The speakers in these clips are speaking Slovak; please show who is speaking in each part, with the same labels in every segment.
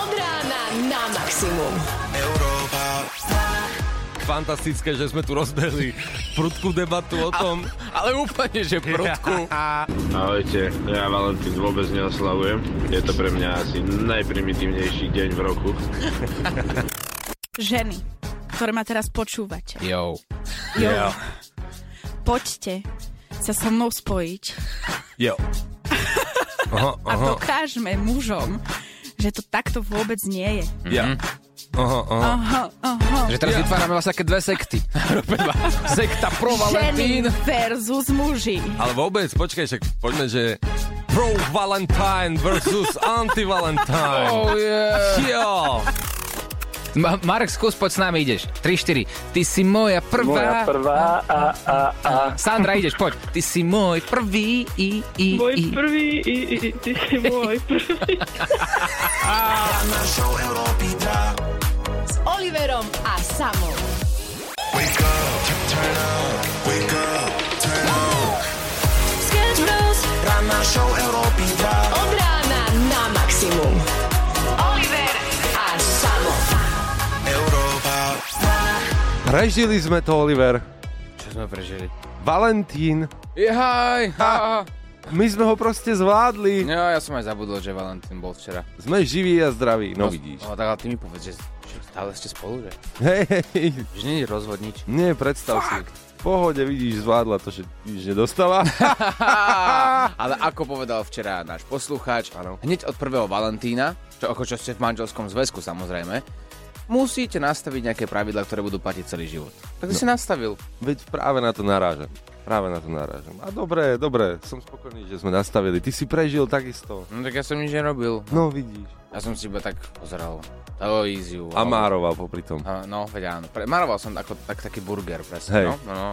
Speaker 1: Od rána na maximum.
Speaker 2: Fantastické, že sme tu rozbehli prudkú debatu o tom.
Speaker 3: Ale úplne, že prudku.
Speaker 4: Ahojte, ja Valentín vôbec neoslavujem. Je to pre mňa asi najprimitívnejší deň v roku.
Speaker 5: Ženy, ktoré ma teraz počúvate,
Speaker 3: Jo.
Speaker 2: Jo.
Speaker 5: poďte sa so mnou spojiť
Speaker 2: Jo. Aha,
Speaker 5: a
Speaker 2: aha,
Speaker 5: dokážme mužom, že to takto vôbec nie je.
Speaker 2: ja. Aha, aha.
Speaker 5: Aha, aha.
Speaker 3: Že teraz vytvárame vlastne také dve sekty. Robíme Sekta pro
Speaker 5: Ženy
Speaker 3: Valentín.
Speaker 5: versus muži.
Speaker 2: Ale vôbec, počkaj, však poďme, že pro Valentine versus anti Valentine.
Speaker 3: Oh, yeah.
Speaker 2: Jo.
Speaker 3: Ma- Marek, skús, poď s nami, ideš. 3, 4. Ty si moja prvá. Moja prvá, a, a, a. Sandra, ideš, poď. Ty si môj prvý, i, i,
Speaker 6: Môj
Speaker 3: i.
Speaker 6: prvý, i, i, i, ty si môj prvý.
Speaker 1: S Oliverom a Samom. Sketch Bros. Od rána na maximum. Oliver a Samo.
Speaker 2: Prežili sme to, Oliver.
Speaker 3: Čo sme prežili?
Speaker 2: Valentín.
Speaker 3: Jaj, ha. No,
Speaker 2: My sme ho proste zvládli.
Speaker 3: Ja, ja som aj zabudol, že Valentín bol včera.
Speaker 2: Sme živí a zdraví, no vidíš.
Speaker 3: No, tak ale ty mi povedz, že že stále ste spolu, že?
Speaker 2: Hej,
Speaker 3: Že nie je rozvod nič.
Speaker 2: nie, predstav si. V pohode vidíš, zvládla to, že nič nedostala.
Speaker 3: Ale ako povedal včera náš poslucháč, hneď od prvého Valentína, čo ako čo ste v manželskom zväzku samozrejme, musíte nastaviť nejaké pravidla, ktoré budú platiť celý život. Tak no. si nastavil.
Speaker 2: Veď práve na to narážam. Práve na to narážam. A dobre, dobre, som spokojný, že sme nastavili. Ty si prežil takisto.
Speaker 3: No tak ja som nič nerobil.
Speaker 2: No vidíš.
Speaker 3: Ja som si iba tak pozeral televíziu.
Speaker 2: A mároval popri tom.
Speaker 3: A, no, veď áno. Pre, maroval som ako tak, taký burger, presne.
Speaker 2: Hej.
Speaker 3: No, no, no.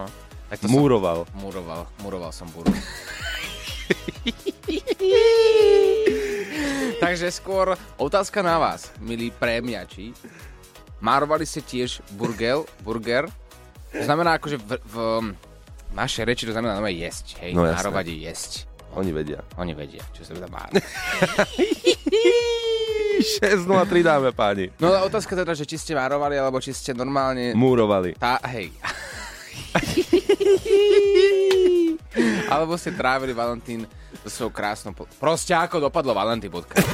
Speaker 3: Tak to som,
Speaker 2: Múroval.
Speaker 3: muroval, muroval som burger. Takže skôr otázka na vás, milí prémiači. Márovali ste tiež burger, burger? To znamená akože v, v našej reči to znamená znamená jesť, hej?
Speaker 2: No jasné.
Speaker 3: Márovať je jesť.
Speaker 2: Oni vedia.
Speaker 3: Oni vedia, čo sa tam má.
Speaker 2: 6-0-3 dáme páni.
Speaker 3: No ale otázka teda, že či ste márovali, alebo či ste normálne
Speaker 2: Múrovali.
Speaker 3: Tá, hej. Alebo ste trávili Valentín so svojou krásnou... Pod... Proste ako dopadlo Valentín podcast.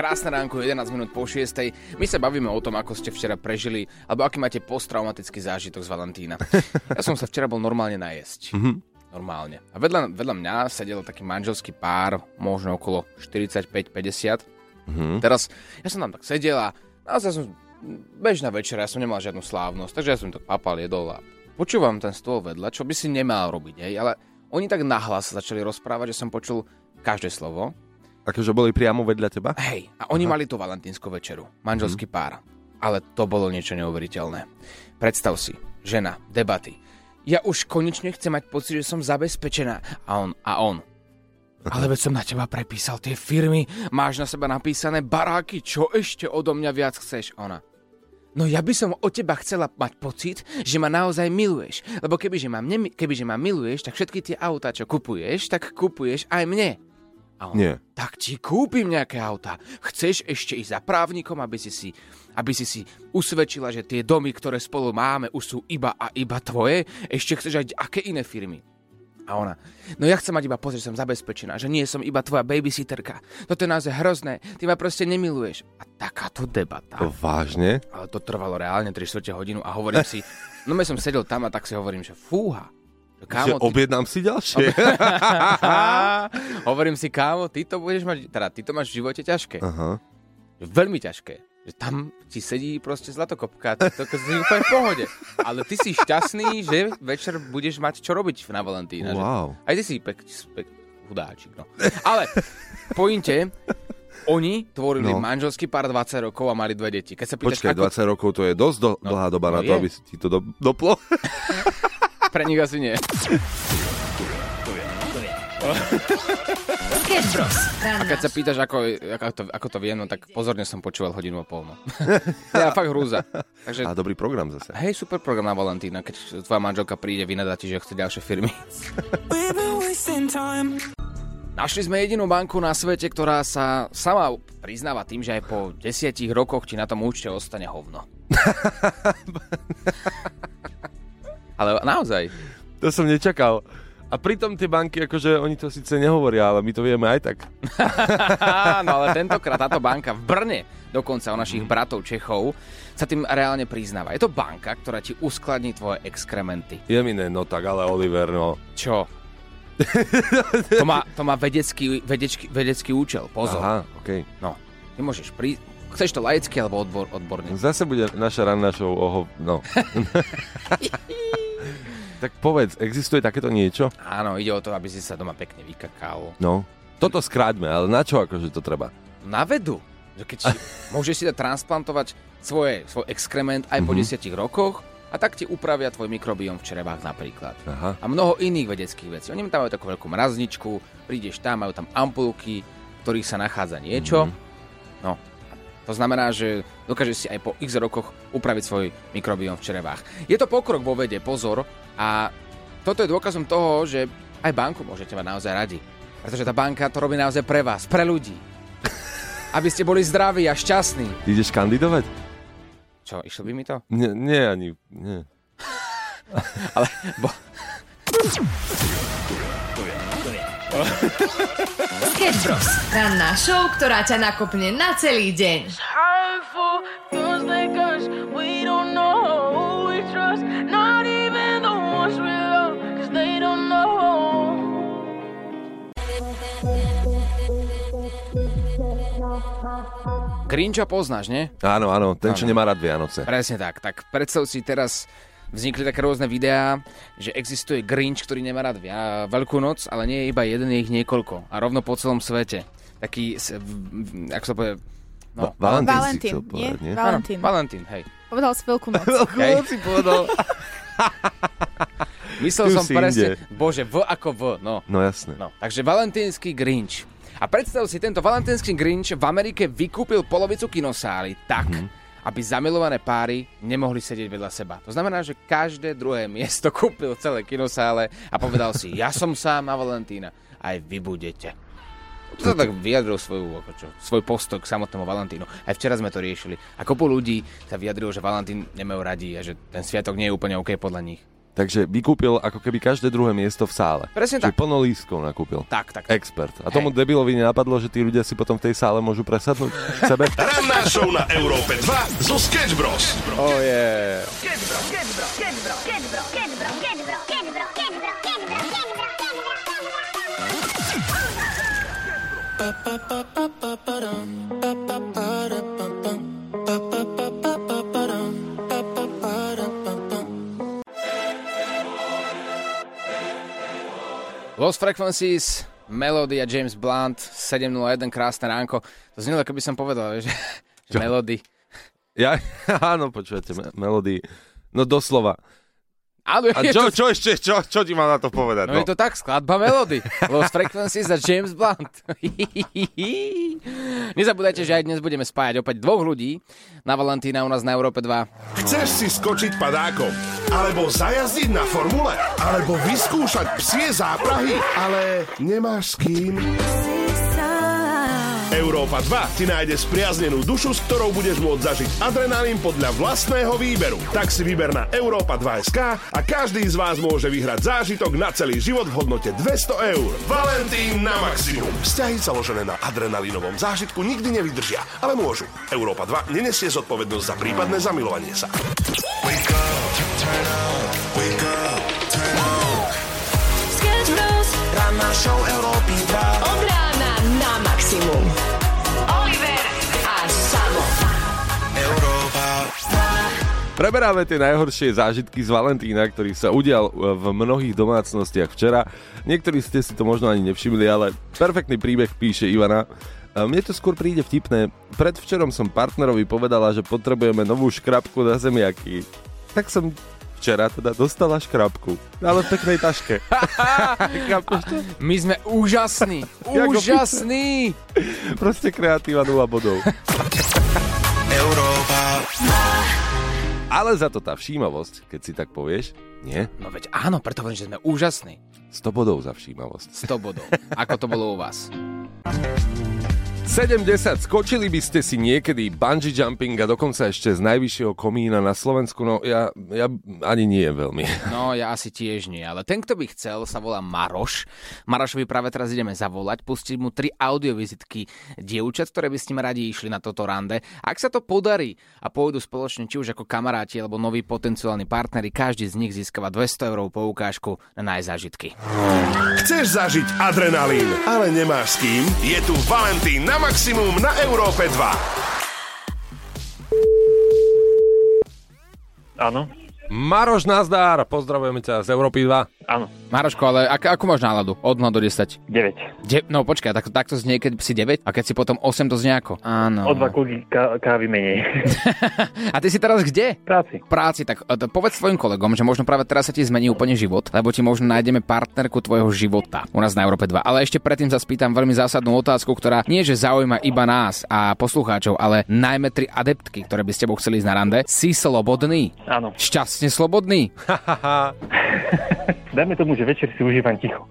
Speaker 3: Krásne ránko, 11 minút po 6. My sa bavíme o tom, ako ste včera prežili, alebo aký máte posttraumatický zážitok z Valentína. Ja som sa včera bol normálne najesť. Normálne. A vedľa, vedľa mňa sedel taký manželský pár, možno okolo 45-50. Teraz ja som tam tak sedel a naozaj som bežná večera, ja som nemal žiadnu slávnosť, takže ja som to papal, jedol a počúvam ten stôl vedľa, čo by si nemal robiť, hej, ale oni tak nahlas začali rozprávať, že som počul každé slovo.
Speaker 2: Akože boli priamo vedľa teba?
Speaker 3: Hej, a oni mali tú valentínsku večeru, manželský pár. Ale to bolo niečo neuveriteľné. Predstav si, žena, debaty. Ja už konečne chcem mať pocit, že som zabezpečená. A on, a on. Ale veď som na teba prepísal tie firmy, máš na seba napísané baráky, čo ešte odo mňa viac chceš, ona. No ja by som od teba chcela mať pocit, že ma naozaj miluješ. Lebo kebyže ma, nemi- kebyže ma miluješ, tak všetky tie autá, čo kupuješ, tak kupuješ aj mne. A on,
Speaker 2: Nie.
Speaker 3: tak ti kúpim nejaké auta. Chceš ešte ísť za právnikom, aby si si, aby si si usvedčila, že tie domy, ktoré spolu máme, už sú iba a iba tvoje? Ešte chceš aj aké iné firmy? A ona, no ja chcem mať iba pozrieť, som zabezpečená, že nie som iba tvoja babysitterka. Toto je naozaj hrozné, ty ma proste nemiluješ. A takáto debata.
Speaker 2: To vážne?
Speaker 3: Ale to trvalo reálne 3 čtvrte hodinu a hovorím si, no ja som sedel tam a tak si hovorím, že fúha. že
Speaker 2: Že
Speaker 3: Kámo, ty,
Speaker 2: objednám si ďalšie?
Speaker 3: hovorím si, kámo, ty to budeš mať, teda ty to máš v živote ťažké.
Speaker 2: Aha.
Speaker 3: Veľmi ťažké. Že tam ti sedí proste zlatokopka, ty to si úplne v pohode. Ale ty si šťastný, že večer budeš mať čo robiť na Valentína. že?
Speaker 2: Wow.
Speaker 3: Aj ty si pek, pek chudáčik, no. Ale pointe, oni tvorili
Speaker 2: No.
Speaker 3: no. manželský pár 20 rokov a mali dve deti. Keď sa pýtaš,
Speaker 2: Počkaj,
Speaker 3: ako
Speaker 2: 20 rokov to je dosť do-
Speaker 3: No,
Speaker 2: dlhá doba
Speaker 3: no
Speaker 2: na to,
Speaker 3: je.
Speaker 2: aby si ti to do- doplo.
Speaker 3: pre nich asi nie.
Speaker 1: Sketch Bros.
Speaker 3: A keď sa pýtaš, ako, ako, to, ako to viem, no tak pozorne som počúval hodinu a pol. No. ja fakt hrúza.
Speaker 2: A
Speaker 3: Takže
Speaker 2: dobrý program zase.
Speaker 3: hej, super program na Valentína, keď tvoja manželka príde, vynadá ti, že chce ďalšie firmy. Našli sme jedinú banku na svete, ktorá sa sama priznáva tým, že aj po desiatich rokoch ti na tom účte ostane hovno. Ale naozaj.
Speaker 2: To som nečakal. A pritom tie banky, akože oni to síce nehovoria, ale my to vieme aj tak.
Speaker 3: Áno, ale tentokrát táto banka v Brne, dokonca u našich bratov Čechov, sa tým reálne priznáva. Je to banka, ktorá ti uskladní tvoje exkrementy.
Speaker 2: Je mi ne, no tak, ale Oliver, no.
Speaker 3: Čo? to má, to má vedecký, vedecký, vedecký účel, pozor. Aha.
Speaker 2: Aha, okej.
Speaker 3: No, nemôžeš pri... Chceš to laicky alebo odbor, odborne?
Speaker 2: Zase bude naša ranná show oho... No. tak povedz, existuje takéto niečo?
Speaker 3: Áno, ide o to, aby si sa doma pekne vykakal.
Speaker 2: No. Toto skráťme, ale na čo akože to treba?
Speaker 3: Na vedu. Že keď si, môžeš si dať transplantovať svoje, svoj exkrement aj po desiatich rokoch a tak ti upravia tvoj mikrobióm v črevách napríklad.
Speaker 2: Aha.
Speaker 3: A mnoho iných vedeckých vecí. Oni tam majú takú veľkú mrazničku, prídeš tam, majú tam ampulky, v ktorých sa nachádza niečo. No, to znamená, že dokážeš si aj po x rokoch upraviť svoj mikrobióm v črevách. Je to pokrok vo vede, pozor. A toto je dôkazom toho, že aj banku môžete mať naozaj radi. Pretože tá banka to robí naozaj pre vás, pre ľudí. Aby ste boli zdraví a šťastní.
Speaker 2: Ideš kandidovať?
Speaker 3: Čo, išlo by mi to?
Speaker 2: Nie, nie ani, nie.
Speaker 3: Ale... Bo...
Speaker 1: Sketch Bros. Ranná show, ktorá ťa nakopne na celý deň.
Speaker 7: hurtful things like us. We don't know who we trust, not even the ones we love, cause they don't know.
Speaker 3: Grinča poznáš, nie?
Speaker 2: Áno, áno, ten, čo nemá rád Vianoce.
Speaker 3: Presne tak. Tak predstav si teraz vznikli také rôzne videá, že existuje Grinch, ktorý nemá rád via- Veľkú noc, ale nie je iba jeden, je ich niekoľko. A rovno po celom svete. Taký, s- v- v- ako sa povie... No.
Speaker 2: Va- Valentín, si
Speaker 5: Valentín,
Speaker 2: chcel
Speaker 5: nie?
Speaker 2: povedať, nie?
Speaker 5: Valentín.
Speaker 3: Áno, Valentín, hej.
Speaker 5: Povedal si veľkú noc.
Speaker 3: Hej.
Speaker 2: si povedal.
Speaker 3: Myslel
Speaker 2: Tu
Speaker 3: som
Speaker 2: si
Speaker 3: presne,
Speaker 2: inde.
Speaker 3: bože, V ako V, no.
Speaker 2: No jasné.
Speaker 3: no. Takže valentínsky Grinch. A predstav si, tento valentínsky Grinch v Amerike vykúpil polovicu kinosály tak, aby zamilované páry nemohli sedieť vedľa seba. To znamená, že každé druhé miesto kúpil celé kinosále a povedal si, ja som sám a Valentína, aj vy budete. To tak vyjadril svoju, ako čo, svoj postoj k samotnému Valentínu. Aj včera sme to riešili. A kopu ľudí sa vyjadrilo, že Valentín nemajú radi a že ten sviatok nie je úplne OK podľa nich.
Speaker 2: Takže vykúpil ako keby každé druhé miesto v sále.
Speaker 3: Presne
Speaker 2: Čiže
Speaker 3: tak.
Speaker 2: plno lístkov nakúpil.
Speaker 3: Tak, tak.
Speaker 2: Expert. A tomu debilovi nenapadlo, že tí ľudia si potom v tej sále môžu presadnúť k sebe?
Speaker 8: Ranná show na Európe 2 zo Sketch Bros.
Speaker 2: Oh yeah.
Speaker 3: Lost Frequencies, Melody a James Blunt, 7.01, krásne ránko. To znelo, keby som povedal, vieš, že Melody.
Speaker 2: Ja, áno, počujete, me- melódii. No doslova.
Speaker 3: Áno,
Speaker 2: A
Speaker 3: je
Speaker 2: čo,
Speaker 3: to,
Speaker 2: čo ešte, čo, čo ti mám na to povedať?
Speaker 3: no je to tak, skladba Melody. Lost Frequencies a James Blunt. Nezabúdajte, že aj dnes budeme spájať opäť dvoch ľudí na Valentína u nás na Európe 2.
Speaker 8: Chceš si skočiť padákom? Alebo zajazdiť na formule? Alebo vyskúšať psie záprahy? Ale nemáš s kým? Európa 2 ti nájde spriaznenú dušu, s ktorou budeš môcť zažiť adrenalín podľa vlastného výberu. Tak si vyber na Európa 2 SK a každý z vás môže vyhrať zážitok na celý život v hodnote 200 eur. Valentín na maximum. Vzťahy založené na adrenalínovom zážitku nikdy nevydržia, ale môžu. Európa 2 nenesie zodpovednosť za prípadné zamilovanie sa.
Speaker 1: Sketch Bros. Ranná show Európy 2. Od rána na maximum. Oliver a Samo.
Speaker 2: Preberáme tie najhoršie zážitky z Valentína, ktorý sa udial e, v mnohých domácnostiach včera. Niektorí ste si to možno ani nevšimli, ale perfektný príbeh píše Ivana. E, Mne to skôr príde vtipné. Predvčerom som partnerovi povedala, že potrebujeme novú škrabku na zemiaky. Tak som včera teda dostala škrabku, ale v peknej taške. Chápeš to?
Speaker 3: My sme úžasní.
Speaker 2: Jako-
Speaker 3: úžasní.
Speaker 2: Proste kreatíva nula bodov.
Speaker 9: Európa,
Speaker 2: Ale za to tá všímavosť, keď si tak povieš, nie,
Speaker 3: No veď áno, preto hovorím, že sme úžasní.
Speaker 2: 100 bodov za všímavosť.
Speaker 3: 100 bodov. Ako to bolo u vás.
Speaker 2: 70. Skočili by ste si niekedy bungee jumping a dokonca ešte z najvyššieho komína na Slovensku? No ja, ja ani nie veľmi.
Speaker 3: No, ja asi tiež nie, ale ten, kto by chcel, sa volá Maroš. Marošovi práve teraz ideme zavolať, pustiť mu tri audiovizitky dievčat, ktoré by s ním radi išli na toto rande. Ak sa to podarí a pôjdu spoločne, či už ako kamaráti alebo noví potenciálni partneri, každý z nich získava 200 eur poukážku na najzážitky.
Speaker 8: Chceš zažiť adrenalín, ale nemáš s kým? Je tu Valentín na maximum na Európe 2.
Speaker 10: Áno,
Speaker 2: Maroš, nazdar! Pozdravujeme ťa z Európy 2.
Speaker 10: áno,
Speaker 3: Maroško, ale ak, akú máš náladu? Od 0 do 10.
Speaker 10: 9.
Speaker 3: De- no počkaj, tak, takto znie, keď si 9 a keď si potom 8, to znie ako? Áno.
Speaker 10: O dva kulky ká- kávy menej.
Speaker 3: a ty si teraz kde?
Speaker 10: Práci.
Speaker 3: práci, tak e, t- povedz svojim kolegom, že možno práve teraz sa ti zmení úplne život, lebo ti možno nájdeme partnerku tvojho života u nás na Európe 2. Ale ešte predtým sa spýtam veľmi zásadnú otázku, ktorá nie že zaujíma iba nás a poslucháčov, ale najmä tri adeptky, ktoré by s tebou chceli ísť na rande. Si slobodný?
Speaker 10: Áno.
Speaker 3: Šťastne slobodný?
Speaker 10: Dajme tomu, že večer si užívam ticho.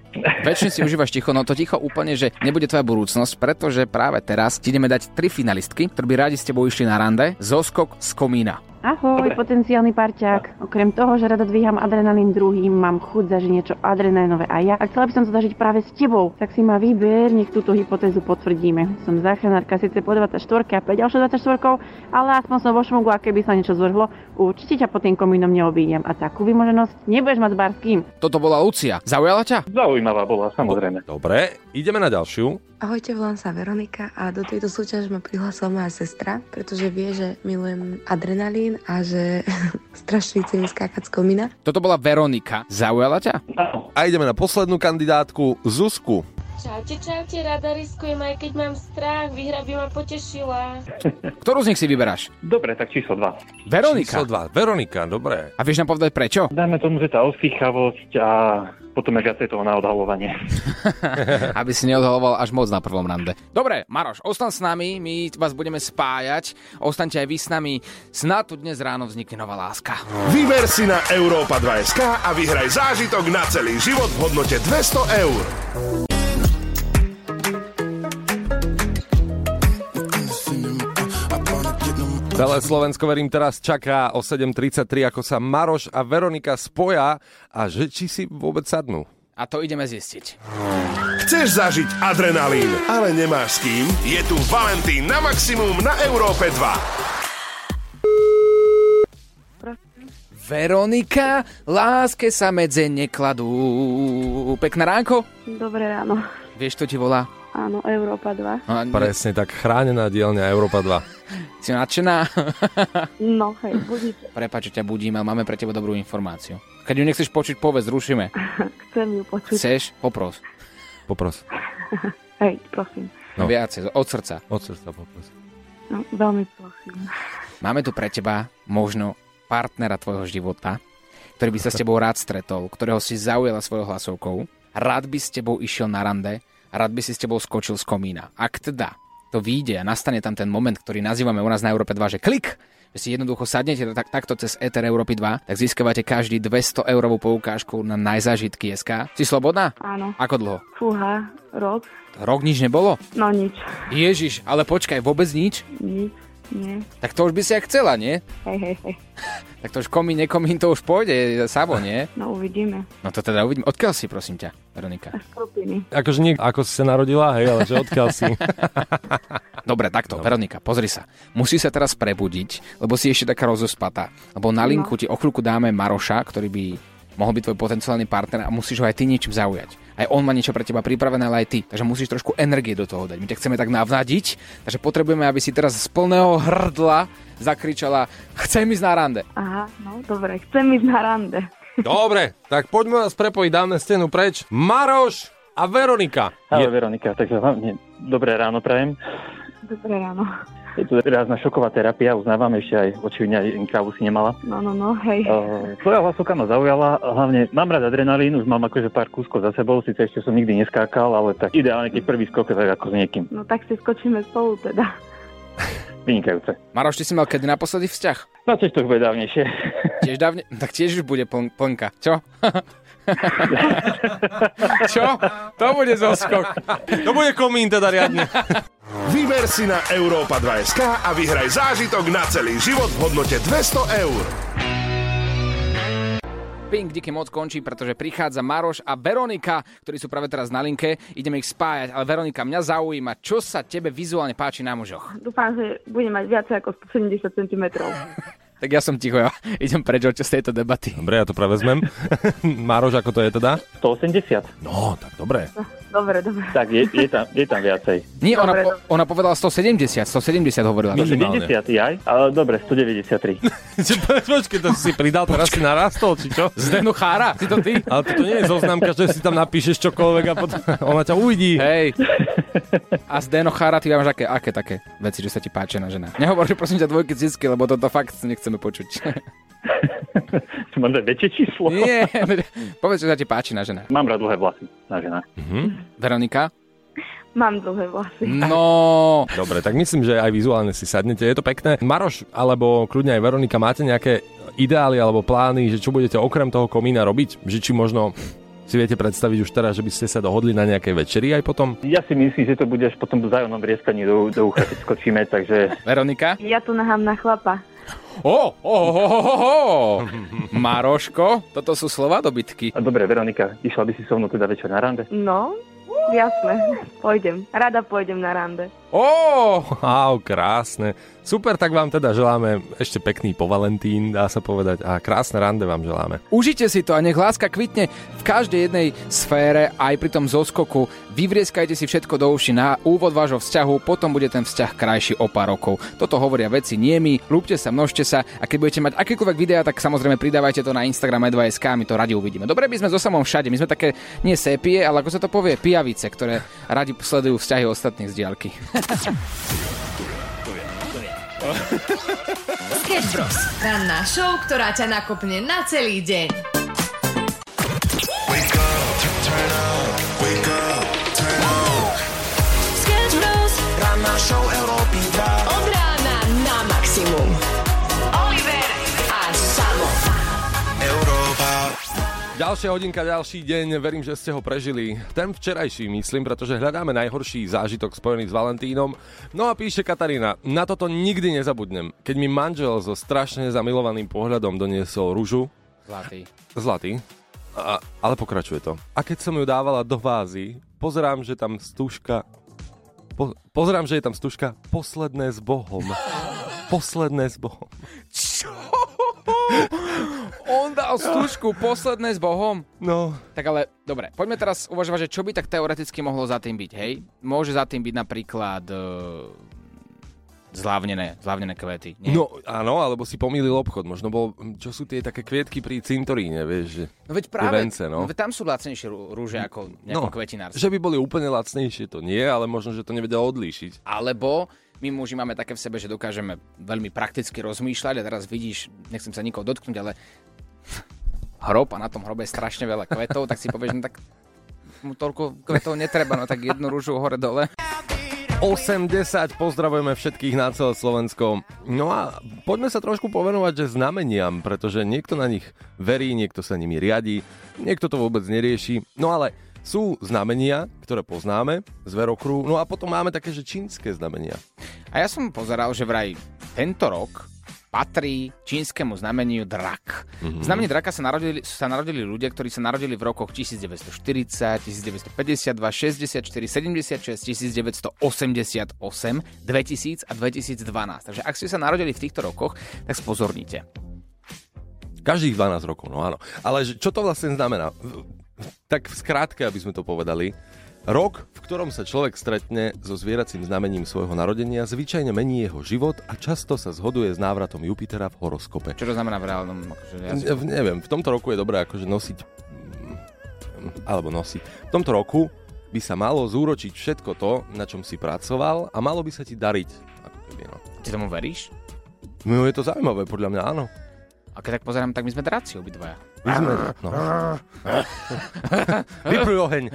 Speaker 3: Väčšine si užívaš ticho, no to ticho úplne, že nebude tvoja budúcnosť, pretože práve teraz ti ideme dať tri finalistky, ktoré by radi s tebou išli na rande. Zoskok z komína.
Speaker 11: Ahoj, potenciálny parťák. Okrem toho, že rada dvíham adrenalín druhým, mám chuť zažiť niečo adrenalinové aj ja. A chcela by som to zažiť práve s tebou. Tak si ma vyber, nech túto hypotézu potvrdíme. Som záchranárka síce po 24 a 5 ďalšie 24, ale aspoň som vo šmugu a keby sa niečo zvrhlo, určite ťa pod tým komínom neobídem. A takú vymoženosť nebudeš mať s barským.
Speaker 3: Toto bola Lucia. Zaujala ťa?
Speaker 10: Zaujímavá bola, samozrejme.
Speaker 2: Dobre, ideme na ďalšiu.
Speaker 11: Ahojte, volám sa Veronika a do tejto súťaže ma prihlásila moja sestra, pretože vie, že milujem adrenalín a že strašne chce mi skákať z komína.
Speaker 3: Toto bola Veronika. Zaujala ťa?
Speaker 10: Áno,
Speaker 2: A ideme na poslednú kandidátku, Zuzku.
Speaker 7: Čaute, čaute, rada riskujem, aj keď mám strach, vyhra by ma potešila.
Speaker 3: Ktorú z nich si vyberáš?
Speaker 10: dobre, tak číslo 2.
Speaker 2: Číslo
Speaker 3: Veronika.
Speaker 2: 2. Veronika, dobré.
Speaker 3: A vieš nám povedať prečo?
Speaker 10: Dajme tomu, že tá osýchavosť a potom je viacej toho na odhalovanie.
Speaker 3: Aby si neodhaloval až moc na prvom rande. Dobre, Maroš, ostan s nami, my vás budeme spájať. Ostaňte aj vy s nami. Snad tu dnes ráno vznikne nová láska.
Speaker 8: Vyber si na Európa 2 SK a vyhraj zážitok na celý život v hodnote 200 eur.
Speaker 2: Celé Slovensko, verím, teraz čaká o 7.33, ako sa Maroš a Veronika spoja a že či si vôbec sadnú.
Speaker 3: A to ideme zistiť.
Speaker 8: Chceš zažiť adrenalín, ale nemáš s kým? Je tu Valentín na maximum na Európe 2.
Speaker 3: Veronika, láske sa medze nekladú. Pekné ránko.
Speaker 11: Dobré ráno.
Speaker 3: Vieš, kto ti volá?
Speaker 11: Áno, Európa 2.
Speaker 3: No, ne-
Speaker 2: Presne tak, chránená dielňa Európa 2.
Speaker 3: si nadšená?
Speaker 11: No hej, budíte.
Speaker 3: Prepač, že ťa budím, ale máme pre teba dobrú informáciu. Keď ju nechceš počuť, povedz, zrušíme.
Speaker 11: Chcem ju počuť.
Speaker 3: Chceš? Popros.
Speaker 2: Popros,
Speaker 11: Hej, prosím.
Speaker 3: No.
Speaker 2: No.
Speaker 3: Viacej, od srdca.
Speaker 2: od srdca popros.
Speaker 11: No, veľmi prosím.
Speaker 3: Máme tu pre teba možno partnera tvojho života, ktorý by sa s tebou rád stretol, ktorého si zaujala svojou hlasovkou, rád by s tebou išiel na rande, rád by si s tebou skočil z komína. Ak teda to vyjde a nastane tam ten moment, ktorý nazývame u nás na Európe 2, že klik, že si jednoducho sadnete tak, takto cez Ether Európy 2, tak získavate každý 200 eurovú poukážku na najzážitky SK. Si slobodná?
Speaker 11: Áno.
Speaker 3: Ako dlho?
Speaker 11: Fúha, rok.
Speaker 3: Rok nič nebolo?
Speaker 11: No nič.
Speaker 3: Ježiš, ale počkaj, vôbec nič?
Speaker 11: Nič. Nie.
Speaker 3: Tak to už by si aj chcela, nie?
Speaker 11: Hej, hej, hej.
Speaker 3: Tak to už komín, nekomín, to už pôjde, samo, nie?
Speaker 11: No uvidíme.
Speaker 3: No to teda uvidím. Odkiaľ si, prosím ťa, Veronika?
Speaker 11: Skupiny.
Speaker 2: Akože nie, ako si sa narodila, hej, ale že odkiaľ si.
Speaker 3: Dobre, takto, Veronika, pozri sa. Musí sa teraz prebudiť, lebo si ešte taká rozospatá. Lebo na linku ti o chvíľku dáme Maroša, ktorý by mohol byť tvoj potenciálny partner a musíš ho aj ty niečím zaujať. Aj on má niečo pre teba pripravené, ale aj ty. Takže musíš trošku energie do toho dať. My ťa chceme tak navnadiť, takže potrebujeme, aby si teraz z plného hrdla zakričala Chcem ísť na rande.
Speaker 11: Aha, no dobre, chcem ísť na rande.
Speaker 2: Dobre, tak poďme vás prepojiť, dáme stenu preč. Maroš a Veronika.
Speaker 10: Ahoj, Veronika, takže hlavne dobré ráno prajem.
Speaker 11: Dobré ráno.
Speaker 10: Je to raz šoková terapia, uznávam ešte aj očividne aj kávu si nemala.
Speaker 6: No, no, no, hej.
Speaker 10: Uh, tvoja hlasovka ma zaujala, a hlavne mám rád adrenalín, už mám akože pár kúskov za sebou, síce ešte som nikdy neskákal, ale tak ideálne, keď prvý skok, tak ako s niekým.
Speaker 6: No tak si skočíme spolu teda.
Speaker 10: Vynikajúce.
Speaker 3: Maroš, ty si mal kedy naposledy vzťah?
Speaker 10: No tiež to už bude dávnejšie.
Speaker 3: Tiež dávne... Tak tiež už bude pln- plnka. Čo? Čo? To bude zoskok.
Speaker 2: To bude komín teda riadne.
Speaker 8: Vyber si na Európa 2 SK a vyhraj zážitok na celý život v hodnote 200 eur.
Speaker 3: Pink díky moc končí, pretože prichádza Maroš a Veronika, ktorí sú práve teraz na linke. Ideme ich spájať, ale Veronika, mňa zaujíma, čo sa tebe vizuálne páči na mužoch.
Speaker 6: Dúfam, že budem mať viacej ako 170 cm.
Speaker 3: Tak ja som ticho, ja idem preč od z tejto debaty.
Speaker 2: Dobre, ja to práve vezmem. Mároš, ako to je teda?
Speaker 10: 180.
Speaker 2: No, tak dobre.
Speaker 6: Dobre, dobre.
Speaker 10: Tak je, je, tam, je tam viacej.
Speaker 3: Nie, ona,
Speaker 6: Dobre,
Speaker 3: po, ona povedala 170, 170 hovorila.
Speaker 2: My- Minimálne.
Speaker 10: 90 aj, ale dobre, 193.
Speaker 2: Počkej, to si pridal, teraz si narastol, či čo?
Speaker 3: Zdenu chára, si to ty?
Speaker 2: Ale toto nie je zoznamka, že si tam napíšeš čokoľvek a potom ona ťa uvidí.
Speaker 3: Hej. A Zdeno Chára, ty máš aké, aké také veci, že sa ti páči na žena? Nehovor, že prosím ťa dvojky zisky, lebo toto fakt nechceme počuť.
Speaker 10: To mám dať väčšie číslo.
Speaker 3: Nie, povedz, čo sa ti páči na žena.
Speaker 10: Mám rád dlhé vlasy na žena.
Speaker 3: Veronika?
Speaker 6: Mám dlhé vlasy.
Speaker 3: No,
Speaker 2: Dobre, tak myslím, že aj vizuálne si sadnete. Je to pekné. Maroš alebo kľudne aj Veronika, máte nejaké ideály alebo plány, že čo budete okrem toho komína robiť? Že či možno si viete predstaviť už teraz, že by ste sa dohodli na nejakej večeri aj potom?
Speaker 10: Ja si myslím, že to bude až potom vzájomnom vrieskaní do, do ucha, keď skočíme, takže
Speaker 3: Veronika?
Speaker 6: Ja tu nahám na chlapa.
Speaker 3: Ó, ó, ó, ó, ó, ó. Maroško, toto sú slova dobytky.
Speaker 10: A Dobre, Veronika, išla by si so mnou teda večer na rande?
Speaker 11: Ну,
Speaker 6: No, jasné. Pôjdem. Rada pôjdem na rande.
Speaker 3: Ó,
Speaker 2: Wow, krásne. Super, tak vám teda želáme ešte pekný povalentín, dá sa povedať. A krásne rande vám želáme.
Speaker 3: užite si to a nech láska kvitne v každej jednej sfére, aj pri tom zoskoku. Vyvrieskajte si všetko do uši na úvod vášho vzťahu, potom bude ten vzťah krajší o pár rokov. Toto hovoria veci nie my, lúpte sa, množte sa a keď budete mať akékoľvek videá, tak samozrejme pridávajte to na Instagram 2SK, my to radi uvidíme. Dobre by sme so samom všade, my sme také nie sépie, ale ako sa to povie, pijavice, ktoré radi sledujú vzťahy ostatných z diaľky.
Speaker 1: Sketch Bros. Ranná show, ktorá ťa nakopne na celý deň. Sketch Bros.
Speaker 9: Ranná show Európy 2.
Speaker 1: Od rána na maximum. Oliver a Samo.
Speaker 9: Európa.
Speaker 2: Ďalšia hodinka, ďalší deň, verím, že ste ho prežili. Ten včerajší, myslím, pretože hľadáme najhorší zážitok spojený s Valentínom. No a píše Katarína, na toto nikdy nezabudnem. Keď mi manžel so strašne zamilovaným pohľadom doniesol rúžu,
Speaker 3: Zlatý.
Speaker 2: zlatý, a, ale pokračuje to. A keď som ju dávala do vázy, pozerám, že tam stužka... Po, pozerám, že je tam stužka posledné s Bohom. Posledné s Bohom.
Speaker 3: Čo? On dal stužku posledné s Bohom.
Speaker 2: No,
Speaker 3: Tak ale, dobre, poďme teraz uvažovať, že čo by tak teoreticky mohlo za tým byť, hej? Môže za tým byť napríklad e, zlávnené, zlávnené kvety. Nie?
Speaker 2: no áno, alebo si pomýlil obchod. Možno bol, čo sú tie také kvietky pri cintoríne, vieš, že...
Speaker 3: no veď práve,
Speaker 2: vence, no.
Speaker 3: veď tam sú lacnejšie rú- rúže ako nejaké no, kvetinárstvo.
Speaker 2: Že by boli úplne lacnejšie, to nie, ale možno, že to nevedia odlíšiť.
Speaker 3: Alebo my muži máme také v sebe, že dokážeme veľmi prakticky rozmýšľať a teraz vidíš, nechcem sa nikoho dotknúť, ale hrob a na tom hrobe je strašne veľa kvetov, tak si povieš, no tak mu toľko kvetov netreba, no tak jednu rúžu hore dole.
Speaker 2: 80, pozdravujeme všetkých na celé Slovensko. No a poďme sa trošku povenovať, že znameniam, pretože niekto na nich verí, niekto sa nimi riadi, niekto to vôbec nerieši. No ale sú znamenia, ktoré poznáme z verokru, no a potom máme také, že čínske znamenia.
Speaker 3: A ja som pozeral, že vraj tento rok patrí čínskemu znameniu drak. Mm-hmm. Znamení draka sa narodili, sa narodili ľudia, ktorí sa narodili v rokoch 1940, 1952, 64, 76, 1988, 2000 a 2012. Takže ak ste sa narodili v týchto rokoch, tak spozornite.
Speaker 2: Každých 12 rokov, no áno. Ale že- čo to vlastne znamená? V- Tak v skrátke, aby sme to povedali, rok, v ktorom sa človek stretne so zvieracím znamením svojho narodenia, zvyčajne mení jeho život a často sa zhoduje s návratom Jupitera v horoskope.
Speaker 3: Čo to znamená v reálnom? Akože jazyku?
Speaker 2: V, neviem, v tomto roku je dobré akože nosiť mm, alebo nosiť. V tomto roku by sa malo zúročiť všetko to, na čom si pracoval a malo by sa ti dariť. Ako keby. pekný. No.
Speaker 3: Ty tomu veríš?
Speaker 2: No je to zaujímavé, podľa mňa áno.
Speaker 3: A keď tak pozerám, tak my sme dráci obidvaja.
Speaker 2: My sme... No. Vypluj oheň.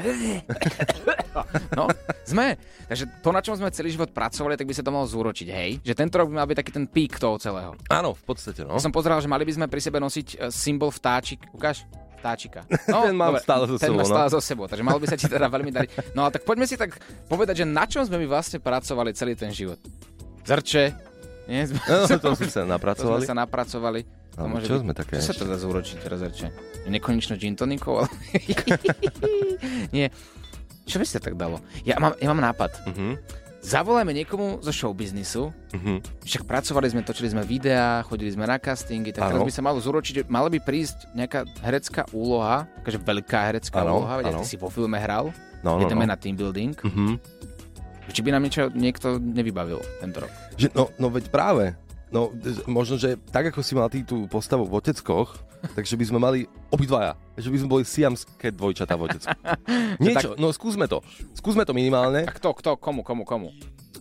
Speaker 3: No, sme. Takže to, na čom sme celý život pracovali, tak by sa to mohlo zúročiť, hej? Že tento rok by mal byť taký ten pík toho celého.
Speaker 2: Áno, v podstate, no.
Speaker 3: Som pozeral, že mali by sme pri sebe nosiť e, symbol vtáčik. Ukáž? Vtáčika. No,
Speaker 2: Ten mám stále so
Speaker 3: ten
Speaker 2: sebou,
Speaker 3: má
Speaker 2: no.
Speaker 3: stále so sebou, takže malo by sa ti teda veľmi dariť. No ale tak poďme si tak povedať, že na čom sme my vlastne pracovali celý ten život. Zrče, nie? Sme-
Speaker 2: No, to sme sa
Speaker 3: To sme
Speaker 2: napracovali.
Speaker 3: sa napracovali.
Speaker 2: Ale čo sme také
Speaker 3: Čo sa to dá zúročiť teraz reče? Nekonečno gin tonikov, ale... Nie. Čo by sa tak dalo? Ja mám, ja mám nápad. Zavolajme niekomu zo showbiznisu.
Speaker 2: Mhm.
Speaker 3: Však pracovali sme, točili sme videá, chodili sme na castingy, tak
Speaker 2: Áno.
Speaker 3: teraz by sa malo zúročiť, že mala by prísť nejaká herecká úloha, takže veľká herecká
Speaker 2: Áno,
Speaker 3: úloha, veď aj
Speaker 2: áno.
Speaker 3: ty si vo filme hral,
Speaker 2: No, no,
Speaker 3: ideme
Speaker 2: no.
Speaker 3: na team building.
Speaker 2: Mhm.
Speaker 3: Či by nám niečo niekto nevybavil tento rok?
Speaker 2: Že, no, no veď práve. No, d- možno, že tak, ako si mal ty tú postavu v Oteckoch, takže by sme mali obidvaja. Že by sme boli siamské dvojčatá v Otecku. Niečo, no skúsme to. Skúsme to minimálne.
Speaker 3: Kto, kto, komu, komu, komu?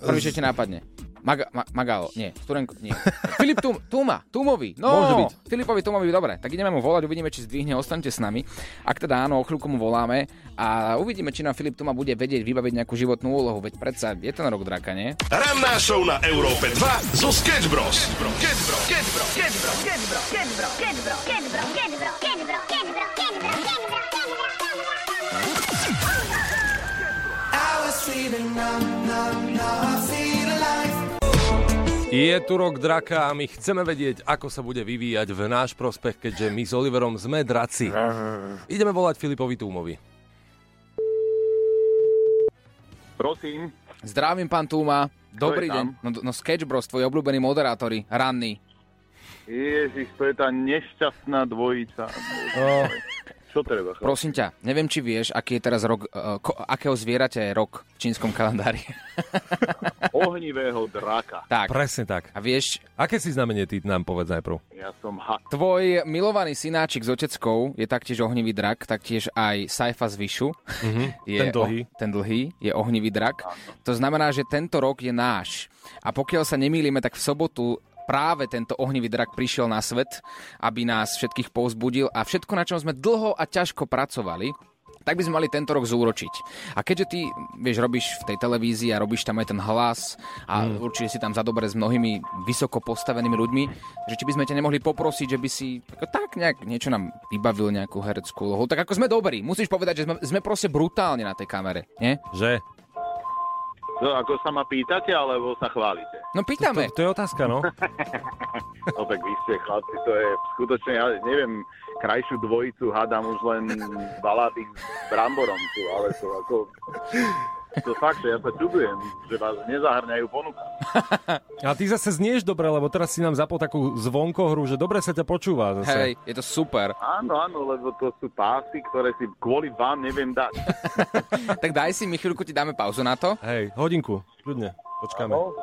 Speaker 3: Prvý, čo ti nápadne. Maga, ma, Magalo, nie, Sturenko, nie. Filip Tum, Tuma, Tumovi, no,
Speaker 2: Môže byť.
Speaker 3: Filipovi Tumovi, dobre, tak ideme mu volať, uvidíme, či zdvihne, ostaňte s nami. Ak teda áno, o chvíľku mu voláme a uvidíme, či nám Filip Tuma bude vedieť vybaviť nejakú životnú úlohu, veď predsa je ten rok draka, nie?
Speaker 8: Ranná show na Európe 2 zo Sketch Bros.
Speaker 9: I was feeling numb, numb, now I feel alive.
Speaker 2: Je tu rok draka a my chceme vedieť, ako sa bude vyvíjať v náš prospech, keďže my s Oliverom sme draci. Ideme volať Filipovi Túmovi.
Speaker 12: Prosím,
Speaker 3: Zdravím, pán Tuma, dobrý
Speaker 12: Kto je
Speaker 3: deň. No, no Sketch Bros, tvoji obľúbení moderátori, ranný.
Speaker 12: Ježiš, to je tá nešťastná dvojica.
Speaker 3: No.
Speaker 12: Čo treba? chlap?
Speaker 3: Prosím ťa, neviem, či vieš, aký je teraz rok, eh, ko, akého zvieraťa je rok v čínskom kalendári.
Speaker 12: Ohnivého draka.
Speaker 3: tak.
Speaker 2: Presne tak.
Speaker 3: A vieš...
Speaker 2: Aké si znamenie ty nám povedz najprv?
Speaker 12: Ja som hak.
Speaker 3: Tvoj milovaný synáčik s oteckou je taktiež ohnivý drak, taktiež aj Saifa z Vyšu.
Speaker 2: Mhm.
Speaker 3: Je
Speaker 2: Ten dlhý.
Speaker 3: O, ten dlhý je ohnivý drak. To znamená, že tento rok je náš. A pokiaľ sa nemýlime, tak v sobotu práve tento ohnivý drak prišiel na svet, aby nás všetkých povzbudil a všetko, na čom sme dlho a ťažko pracovali, tak by sme mali tento rok zúročiť. A keďže ty, vieš, robíš v tej televízii a robíš tam aj ten hlas a mm. určite si tam za dobre s mnohými vysoko postavenými ľuďmi, že či by sme ťa nemohli poprosiť, že by si ako tak nejak niečo nám vybavil nejakú hereckú úlohu. Tak ako sme dobrí, musíš povedať, že sme, sme proste brutálne na tej kamere, nie?
Speaker 2: Že?
Speaker 12: To, ako sa ma pýtate, alebo sa chválite?
Speaker 3: No pýtame.
Speaker 2: To je otázka, no.
Speaker 12: No tak vy ste chlapci, to je skutočne, ja neviem, krajšiu dvojicu hádam už len balady s bramborom tu, ale to ako... To fakt, že ja sa čudujem, že vás nezahrňajú ponuka.
Speaker 13: A ty zase znieš dobre, lebo teraz si nám zapol takú zvonkohru, že dobre sa ťa počúva zase.
Speaker 3: Hej, je to super.
Speaker 12: Áno, áno, lebo to sú pásy, ktoré si kvôli vám neviem dať.
Speaker 3: tak daj si, my chvíľku ti dáme pauzu na to.
Speaker 2: Hej, hodinku, ľudne, počkáme.
Speaker 12: No,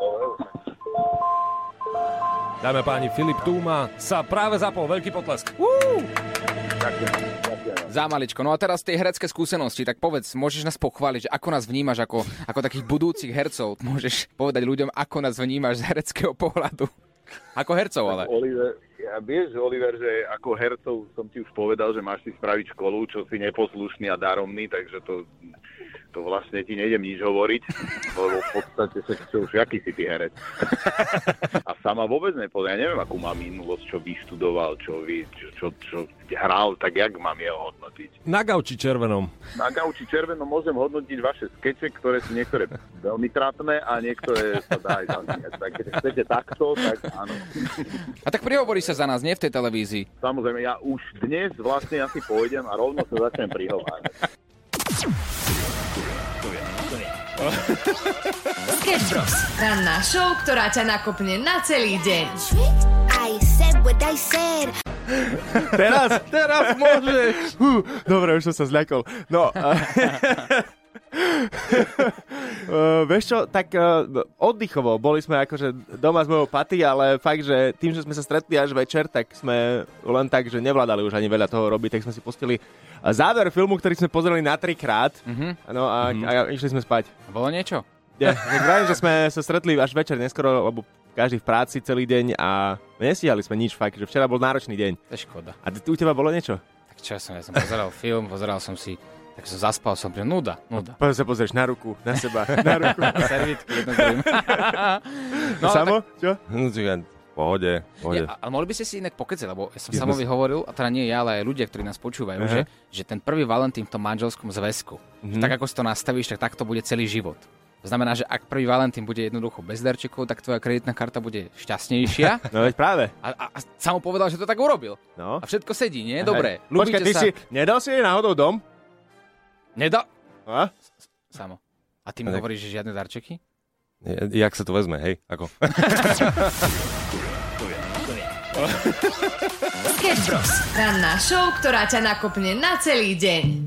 Speaker 2: Dáme páni, Filip Túma sa práve zapol, veľký potlesk. Woo!
Speaker 3: Za maličko. No a teraz tie herecké skúsenosti, tak povedz, môžeš nás pochváliť, že ako nás vnímaš ako, ako takých budúcich hercov. Môžeš povedať ľuďom, ako nás vnímaš z hereckého pohľadu. Ako hercov, ale.
Speaker 12: Oliver, ja vieš, Oliver, že ako hercov som ti už povedal, že máš si spraviť školu, čo si neposlušný a daromný, takže to, to vlastne ti nejdem nič hovoriť, lebo v podstate sa čo už, aký si ty herec. A sama vôbec nepoznám, ja neviem, akú má minulosť, čo vyštudoval, čo, vy, čo, čo, čo hral, tak jak mám jeho hodnotiť.
Speaker 2: Na gauči červenom.
Speaker 12: Na gauči červenom môžem hodnotiť vaše skeče, ktoré sú niektoré veľmi trápne a niektoré sa dá aj zasmiať. Tak keď chcete takto, tak áno.
Speaker 3: A tak prihovorí sa za nás, nie v tej televízii.
Speaker 12: Samozrejme, ja už dnes vlastne asi pôjdem a rovno sa začnem prihovárať.
Speaker 14: Sketch Bros. Ranná show, ktorá ťa nakopne na celý deň.
Speaker 15: Teraz, teraz môžeš. Hú, dobre, už som sa zľakol. No, a- Uh, vieš čo, tak uh, oddychovo, boli sme akože doma s mojou paty, ale fakt, že tým, že sme sa stretli až večer, tak
Speaker 2: E,
Speaker 15: sme len tak, že nevládali už ani veľa toho robiť, tak sme si pustili uh, záver filmu, ktorý sme pozreli na trikrát,
Speaker 3: Mhm.
Speaker 15: no a, a išli sme spať.
Speaker 3: Bolo niečo?
Speaker 2: Ja, tak vravím, že sme sa stretli až večer neskoro, lebo každý v práci celý deň a nestíhali sme nič fakt, že včera bol náročný deň.
Speaker 3: To je škoda.
Speaker 2: A ty- u teba bolo niečo?
Speaker 3: Tak čo ja som, ja som pozeral film, pozeral som si, tak som zaspal som, že nuda, nuda.
Speaker 2: Potom sa pozrieš na ruku, na seba, na ruku.
Speaker 3: Servítky jedno druhým.
Speaker 2: No, Samo? Čo?
Speaker 16: No, čakaj, v pohode, v pohode.
Speaker 3: Nie, a- ale mohli by ste si inak pokecať, lebo ja
Speaker 16: My
Speaker 3: som
Speaker 16: sme
Speaker 3: samovi
Speaker 16: si-
Speaker 3: hovoril, a teda nie ja, ale aj ľudia, ktorí nás počúvajú,
Speaker 16: Aha.
Speaker 3: že, že ten prvý Valentín v tom manželskom zväzku,
Speaker 2: Mhm.
Speaker 3: mm-hmm. tak ako si to nastavíš, tak takto bude celý život. To znamená, že ak prvý Valentín bude jednoducho bez darčekov, tak tvoja kreditná karta bude šťastnejšia.
Speaker 2: No veď práve.
Speaker 3: A, a, a samo povedal, že to tak urobil.
Speaker 2: No.
Speaker 3: A všetko sedí, nie? Dobre.
Speaker 2: Hej. Počkaj,
Speaker 3: Ľúbite
Speaker 2: ty
Speaker 3: sa.
Speaker 2: si, nedal si jej náhodou dom?
Speaker 3: Nedal.
Speaker 2: A?
Speaker 3: Samo. A ty
Speaker 16: A
Speaker 3: mi
Speaker 16: tak-
Speaker 3: hovoríš, že žiadne darčeky?
Speaker 16: Je- Jak sa to vezme, hej? Ako?
Speaker 1: Sketch Bros. Ranná show, ktorá ťa nakopne na celý deň.